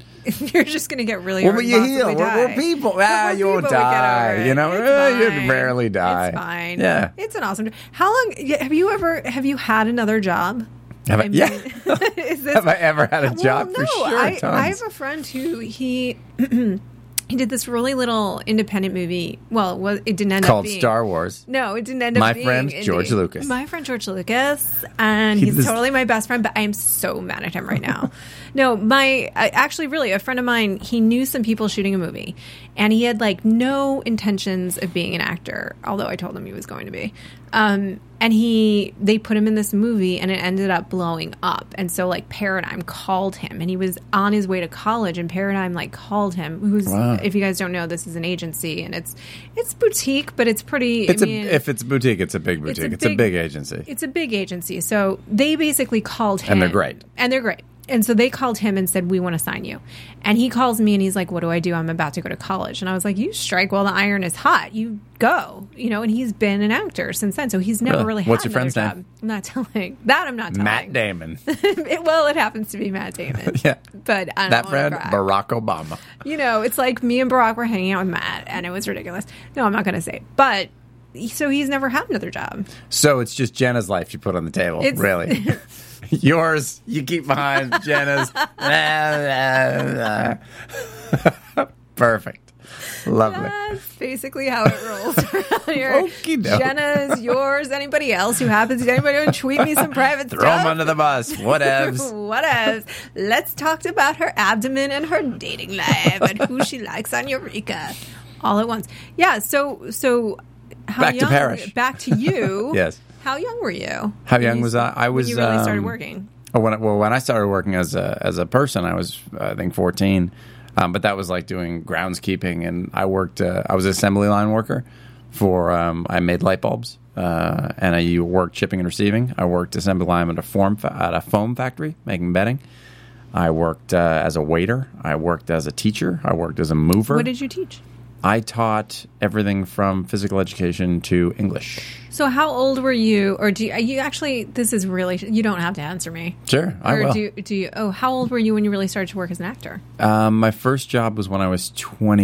You're just gonna get really. Well, hurt but and you possibly heal. We're- we're die. people. But Ah, we're you'll people, we get die, over it. you know? It's Eh, you'd fine. barely die. It's fine. Yeah. it's an awesome. How long yeah, have you ever? Have you had another job? Have I, mean, yeah. is this, Have I ever had a Well, job for no, sure? I, tons. I have a friend who he he did this really little independent movie. Well, it, was, it didn't end up called being- Star Wars. No, it didn't end up My being friend, indie. George Lucas. My friend George Lucas, and He he's does- totally my best friend. But I am so mad at him right now. no, my I- actually, really, a friend of mine. He knew some people shooting a movie, and he had like no intentions of being an actor. Although I told him he was going to be. Um, and he they put him in this movie, and it ended up blowing up. And so like Paradigm called him, and he was on his way to college, and Paradigm like called him. Who's Wow. if you guys don't know, this is an agency, and it's it's boutique, but it's pretty. I It's mean- a, if it's boutique, it's a big boutique. It's a, big, agency. it's a big agency. So they basically called him. And they're great. And they're great. And so they called him and said, We want to sign you. And he calls me and he's like, What do I do? I'm about to go to college. And I was like, You strike while the iron is hot. You go. You know, and he's been an actor since then. So he's never Really? really, had What's your another friend's name? job. I'm not telling. That I'm not telling. Matt Damon, It- well, it happens to be Matt Damon. Yeah. But I don't that wanna friend brag. Barack Obama. You know, it's like me and Barack were hanging out with Matt and it was ridiculous. No, I'm not going to say. But so he's never had another job. So it's just Jenna's life you put on the table, It's- really. Yours you keep behind Jenna's. Blah, blah, blah. Perfect, lovely. That's basically how it rolls around here. Okie doke. Jenna's, yours, anybody else who happens to anybody want to tweet me some private Throw stuff. them under the bus. Whatevs. Whatevs. Let's talk about her abdomen and her dating life and who she likes on Eureka. All at once. Yeah, so so how Back to young Parrish. back to you. Yes. How young were you? How when young you- was I? I when was. you really started um, working. Oh, when I, well, when I started working as a as a person, I was I think fourteen, um, but that was like doing groundskeeping, and I worked. Uh, I was an assembly line worker for. Um, I made light bulbs, uh, and I you worked shipping and receiving. I worked assembly line at a form fa- at a foam factory making bedding. I worked uh, as a waiter. I worked as a teacher. I worked as a mover. What did you teach? I taught everything from physical education to English. So, how old were you, or do you, you actually? This is really you don't have to answer me. Sure, I or will. do do you? Oh, how old were you when you really started to work as an actor? Um, my first job was when I was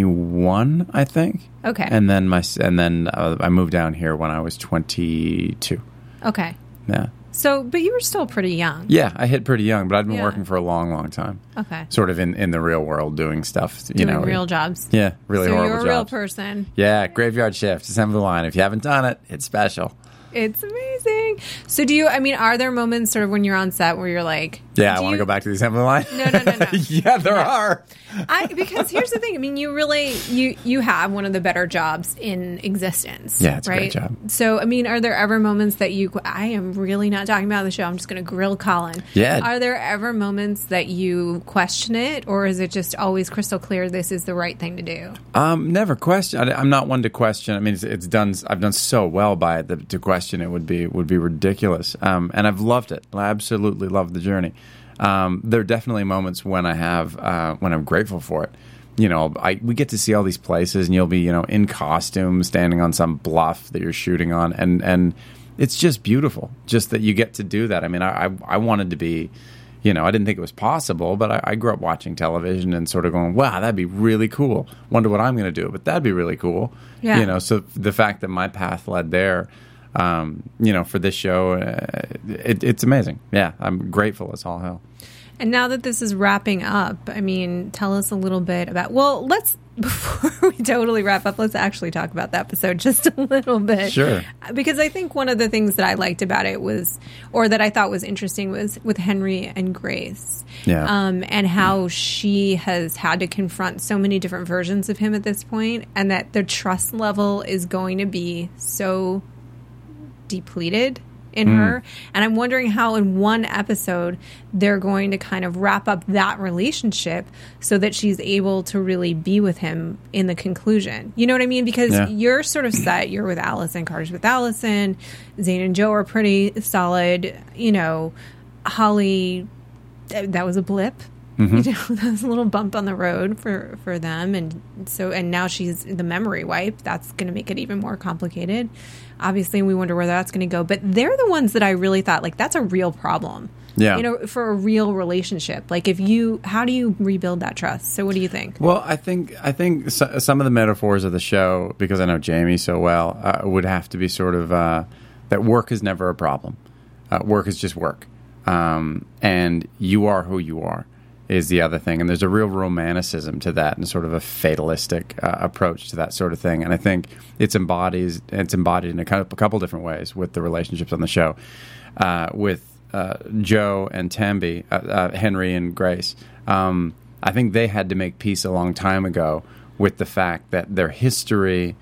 21, I think. Okay. And then my s- and then uh, I moved down here when I was 22. Okay, Yeah. so but you were still pretty young. Yeah, I hit pretty young, but I'd been Yeah. working for a long, long time. Okay, Sort of in, in the real world doing stuff, you doing know. real jobs. Yeah, really so horrible you're a jobs. real person. Yeah, graveyard shift, assembly line. If you haven't done it, it's special. It's amazing. So, do you? I mean, are there moments sort of when you're on set where you're like, Yeah, I do want to you- go back to the assembly line. No, no, no, no. yeah, there are. I because here's the thing. I mean, you really you you have one of the better jobs in existence. Yeah, it's a right? great job. So, I mean, are there ever moments that you? I am really not talking about the show. I'm just going to grill Colin. Yeah. Are there ever moments that you question it, or is it just always crystal clear? This is the right thing to do. Um, never question. I, I'm not one to question. I mean, it's, it's done. I've done so well by it that to question it would be would be ridiculous. Um, and I've loved it. I absolutely love the journey. Um, there are definitely moments when I have uh, when I'm grateful for it. You know, I we get to see all these places, and you'll be you know in costume, standing on some bluff that you're shooting on, and and it's just beautiful. Just that you get to do that. I mean, I I, I wanted to be you know, I didn't think it was possible, but I, I grew up watching television and sort of going, wow, that'd be really cool. Wonder what I'm going to do, but that'd be really cool. Yeah. You know, so the fact that my path led there, um, you know, for this show, uh, it, it's amazing. Yeah, I'm grateful as all hell. And now that this is wrapping up, I mean, tell us a little bit about. Well, let's before we totally wrap up, let's actually talk about the episode just a little bit. Sure. Because I think one of the things that I liked about it was, or that I thought was interesting, was with Henry and Grace. Yeah. Um, and how she has had to confront so many different versions of him at this point, and that the trust level is going to be so depleted in her. And I'm wondering how, in one episode, they're going to kind of wrap up that relationship so that she's able to really be with him in the conclusion. You know what I mean? Because Yeah. you're sort of set. You're with Allison. Carter's with Allison. Zane and Joe are pretty solid. You know, Holly, th- that was a blip. Mm-hmm. You know, that was a little bump on the road for for them, and so and now she's the memory wipe. That's going to make it even more complicated. Obviously, we wonder where that's going to go. But they're the ones that I really thought like that's a real problem. Yeah. you know, for a real relationship, like if you, how do you rebuild that trust? So, what do you think? Well, I think I think so, some of the metaphors of the show, because I know Jamie so well, uh, would have to be sort of uh, that work is never a problem. Uh, work is just work, um, and you are who you are is the other thing. And there's a real romanticism to that, and sort of a fatalistic uh, approach to that sort of thing. And I think it's embodies it's embodied in a cou- a couple different ways with the relationships on the show, uh, with uh, Joe and Tamby, uh, uh, Henry and Grace. Um, I think they had to make peace a long time ago with the fact that their history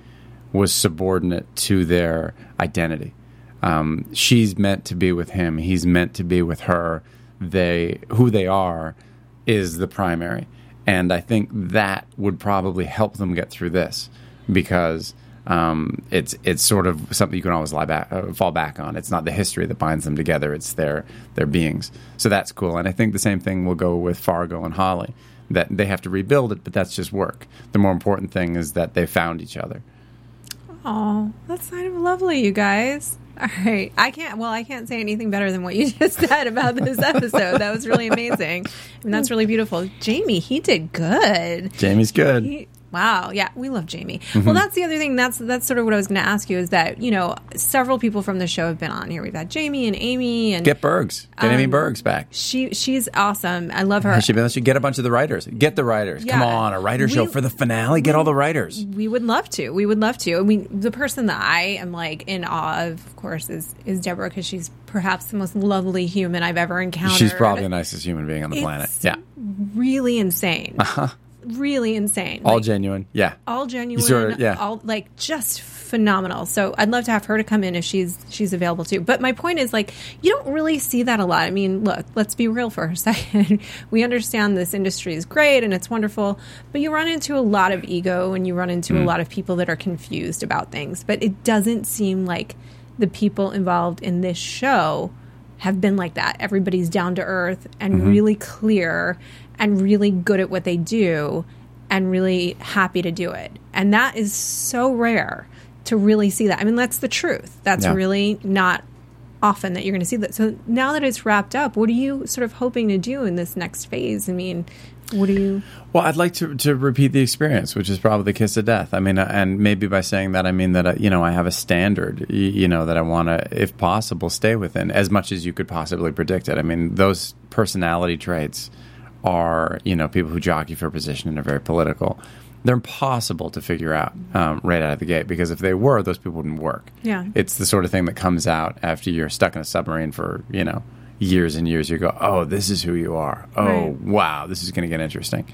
was subordinate to their identity. Um, she's meant to be with him. He's meant to be with her. They who they are is the primary, and I think that would probably help them get through this because um, it's it's sort of something you can always lie back, uh, fall back on. It's not the history that binds them together; it's their their beings. So that's cool, and I think the same thing will go with Fargo and Holly. That they have to rebuild it, but that's just work. The more important thing is that they found each other. Oh, that's kind of lovely, you guys. All right. I can't, well, I can't say anything better than what you just said about this episode. That was really amazing. And that's really beautiful. Jamie, he did good. Jamie's good. He- wow. Yeah, we love Jamie. Mm-hmm. Well, that's the other thing. That's that's sort of what I was going to ask you is that, you know, several people from the show have been on here. We've had Jamie and Amy and Get Bergs. Get Amy Um, Bergs back. she she's awesome. I love her. I should, be- I should get a bunch of the writers. Get the writers. Come Yeah. on, a writer We- show for the finale. Get all the writers. We would love to. We would love to. I mean, the person that I am like in awe of, of course, is is Deborah because she's perhaps the most lovely human I've ever encountered. She's probably the nicest human being on the planet. It's Yeah. Uh-huh. really insane. Really insane. All Like, genuine. Yeah. all genuine. sort of- yeah. All like just phenomenal. So I'd love to have her to come in if she's she's available too. But my point is like you don't really see that a lot. I mean, look, let's be real for a second. we understand this industry is great and it's wonderful, but you run into a lot of ego and you run into a lot of people that are confused about things. But it doesn't seem like the people involved in this show have been like that. Everybody's down to earth and really clear and really good at what they do and really happy to do it. And that is so rare to really see that. I mean, that's the truth. That's Yeah. really not often that you're going to see that. So now that it's wrapped up, what are you sort of hoping to do in this next phase? I mean, what do you? Well, I'd like to, to repeat the experience, which is probably the kiss of death. I mean, uh, and maybe by saying that, I mean that, uh, you know, I have a standard, y- you know, that I want to, if possible, stay within as much as you could possibly predict it. I mean, those personality traits are, you know, people who jockey for position and are very political. They're impossible to figure out um, right out of the gate because if they were, those people wouldn't work. Yeah. It's the sort of thing that comes out after you're stuck in a submarine for, you know, years and years. You go, oh, this is who you are. Oh, Right. wow, this is going to get interesting.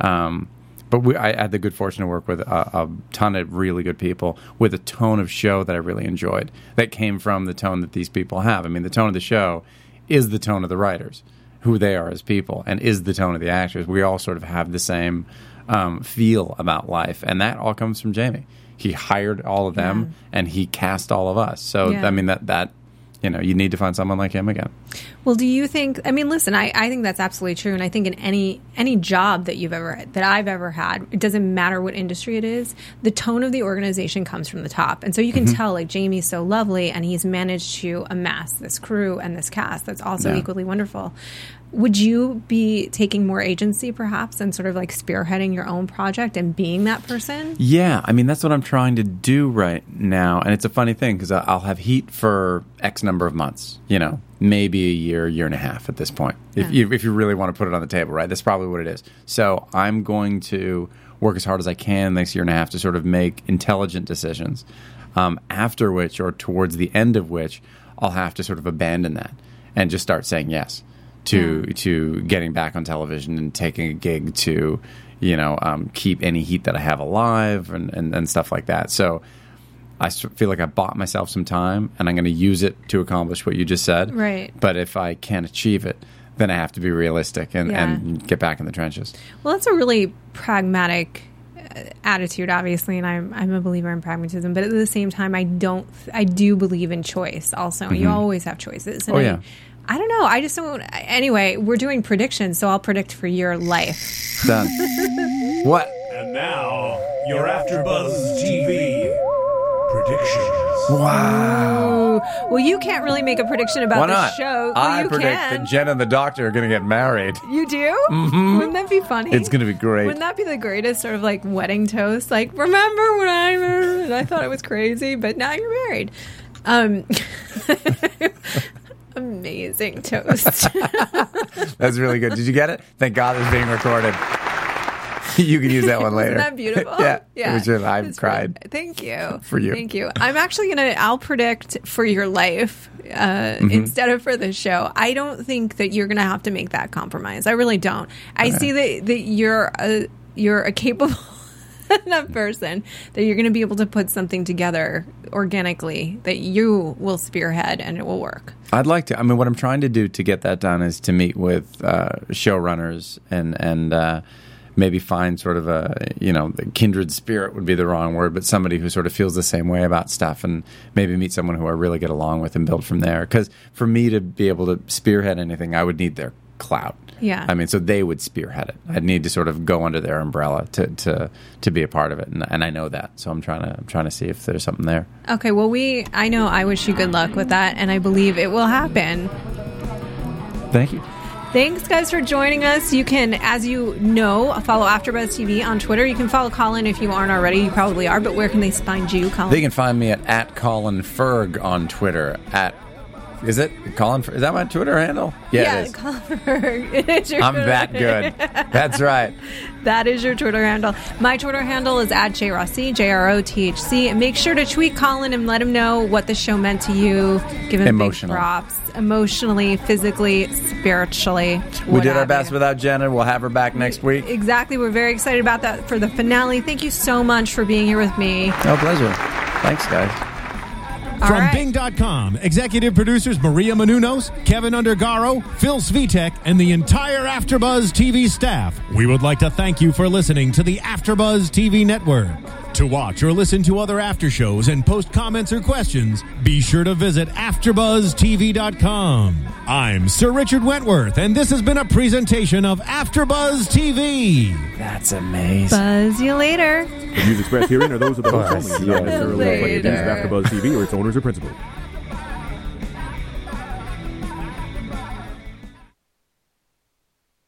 Um, but we, I had the good fortune to work with a, a ton of really good people with a tone of show that I really enjoyed. That came from the tone that these people have. I mean, the tone of the show is the tone of the writers, who they are as people, and is the tone of the actors. We all sort of have the same um, feel about life, and that all comes from Jamie. He hired all of them, and he cast all of us. So Yeah. I mean, that that you know, you need to find someone like him again. Well, do you think? I mean, listen, I, I think that's absolutely true, and I think in any any job that you've ever that I've ever had, it doesn't matter what industry it is. The tone of the organization comes from the top, and so you can tell like Jamie's so lovely, and he's managed to amass this crew and this cast that's also Yeah. equally wonderful. Would you be taking more agency, perhaps, and sort of like spearheading your own project and being that person? Yeah, I mean that's what I'm trying to do right now, and it's a funny thing because I'll have heat for X number of months, you know, maybe a year, year and a half at this point, if you if you really want to put it on the table, right? That's probably what it is. So I'm going to work as hard as I can next year and a half to sort of make intelligent decisions, um, after which or towards the end of which I'll have to sort of abandon that and just start saying yes to to getting back on television and taking a gig to you know um, keep any heat that I have alive and, and, and stuff like that. So I s- feel like I bought myself some time and I'm going to use it to accomplish what you just said. Right. But if I can't achieve it, then I have to be realistic and, Yeah. and get back in the trenches. Well, that's a really pragmatic uh, attitude, obviously, and I'm I'm a believer in pragmatism. But at the same time, I don't I do believe in choice. Also, you always have choices. And Mm-hmm. Oh, I- yeah. I don't know. I just don't. Anyway, we're doing predictions, so I'll predict for your life. Done. what? And now, your AfterBuzz TV predictions. Wow. Oh, Well, you can't really make a prediction about Why the not? show. Well, I you predict can. that Jen and the doctor are going to get married. you do? Wouldn't that be funny? It's going to be great. Wouldn't that be the greatest sort of like wedding toast? Like, remember when I married? I thought it was crazy, but now you're married. Um, amazing toast. That's really good. Did you get it? Thank God it's being recorded. you can use that one later. Isn't that beautiful? yeah. It was really, I It's cried. really- thank you. For you. Thank you. I'm actually going to, I'll predict for your life uh, Mm-hmm. instead of for the show. I don't think that you're going to have to make that compromise. I really don't. I see that, that you're a, you're a capable enough person that you're going to be able to put something together organically that you will spearhead and it will work. I'd like to. I mean, what I'm trying to do to get that done is to meet with uh, showrunners and and uh, maybe find sort of a you know kindred spirit would be the wrong word, but somebody who sort of feels the same way about stuff, and maybe meet someone who I really get along with and build from there. Because for me to be able to spearhead anything, I would need their clout. Yeah. I mean, so they would spearhead it. I'd need to sort of go under their umbrella to to to be a part of it, and and I know that. So I'm trying to I'm trying to see if there's something there. Okay, well, we, I know I wish you good luck with that, and I believe it will happen. Thank you. Thanks, guys, for joining us. You can, as you know, follow AfterBuzz TV on Twitter. You can follow Colin if you aren't already. You probably are, but where can they find you, Colin? They can find me at, at Colin Ferg on Twitter. At is it Colin? Fer- Is that my Twitter handle? Yeah, yeah, it is. Colin Berg. It is your I'm Twitter- that good. That's right. That is your Twitter handle. My Twitter handle is at jrossi, J R O T H C. And Make sure to tweet Colin and let him know what the show meant to you. Give him Emotional. big props, emotionally, physically, spiritually. We what did our have best you. without Jenna. We'll have her back next week. Exactly. We're very excited about that for the finale. Thank you so much for being here with me. No pleasure. Thanks, guys. All From right. Bing.com, executive producers Maria Manunos, Kevin Undergaro, Phil Svitek, and the entire Afterbuzz TV staff. We would like to thank you for listening to the Afterbuzz TV Network. To watch or listen to other after shows and post comments or questions, be sure to visit AfterBuzzTV.com. I'm Sir Richard Wentworth, and this has been a presentation of AfterBuzz TV. That's amazing. Buzz you later. The views expressed herein are those of the host Buzz, only, do not yeah. necessarily reflect the views Later. of AfterBuzz TV or its owners or principals.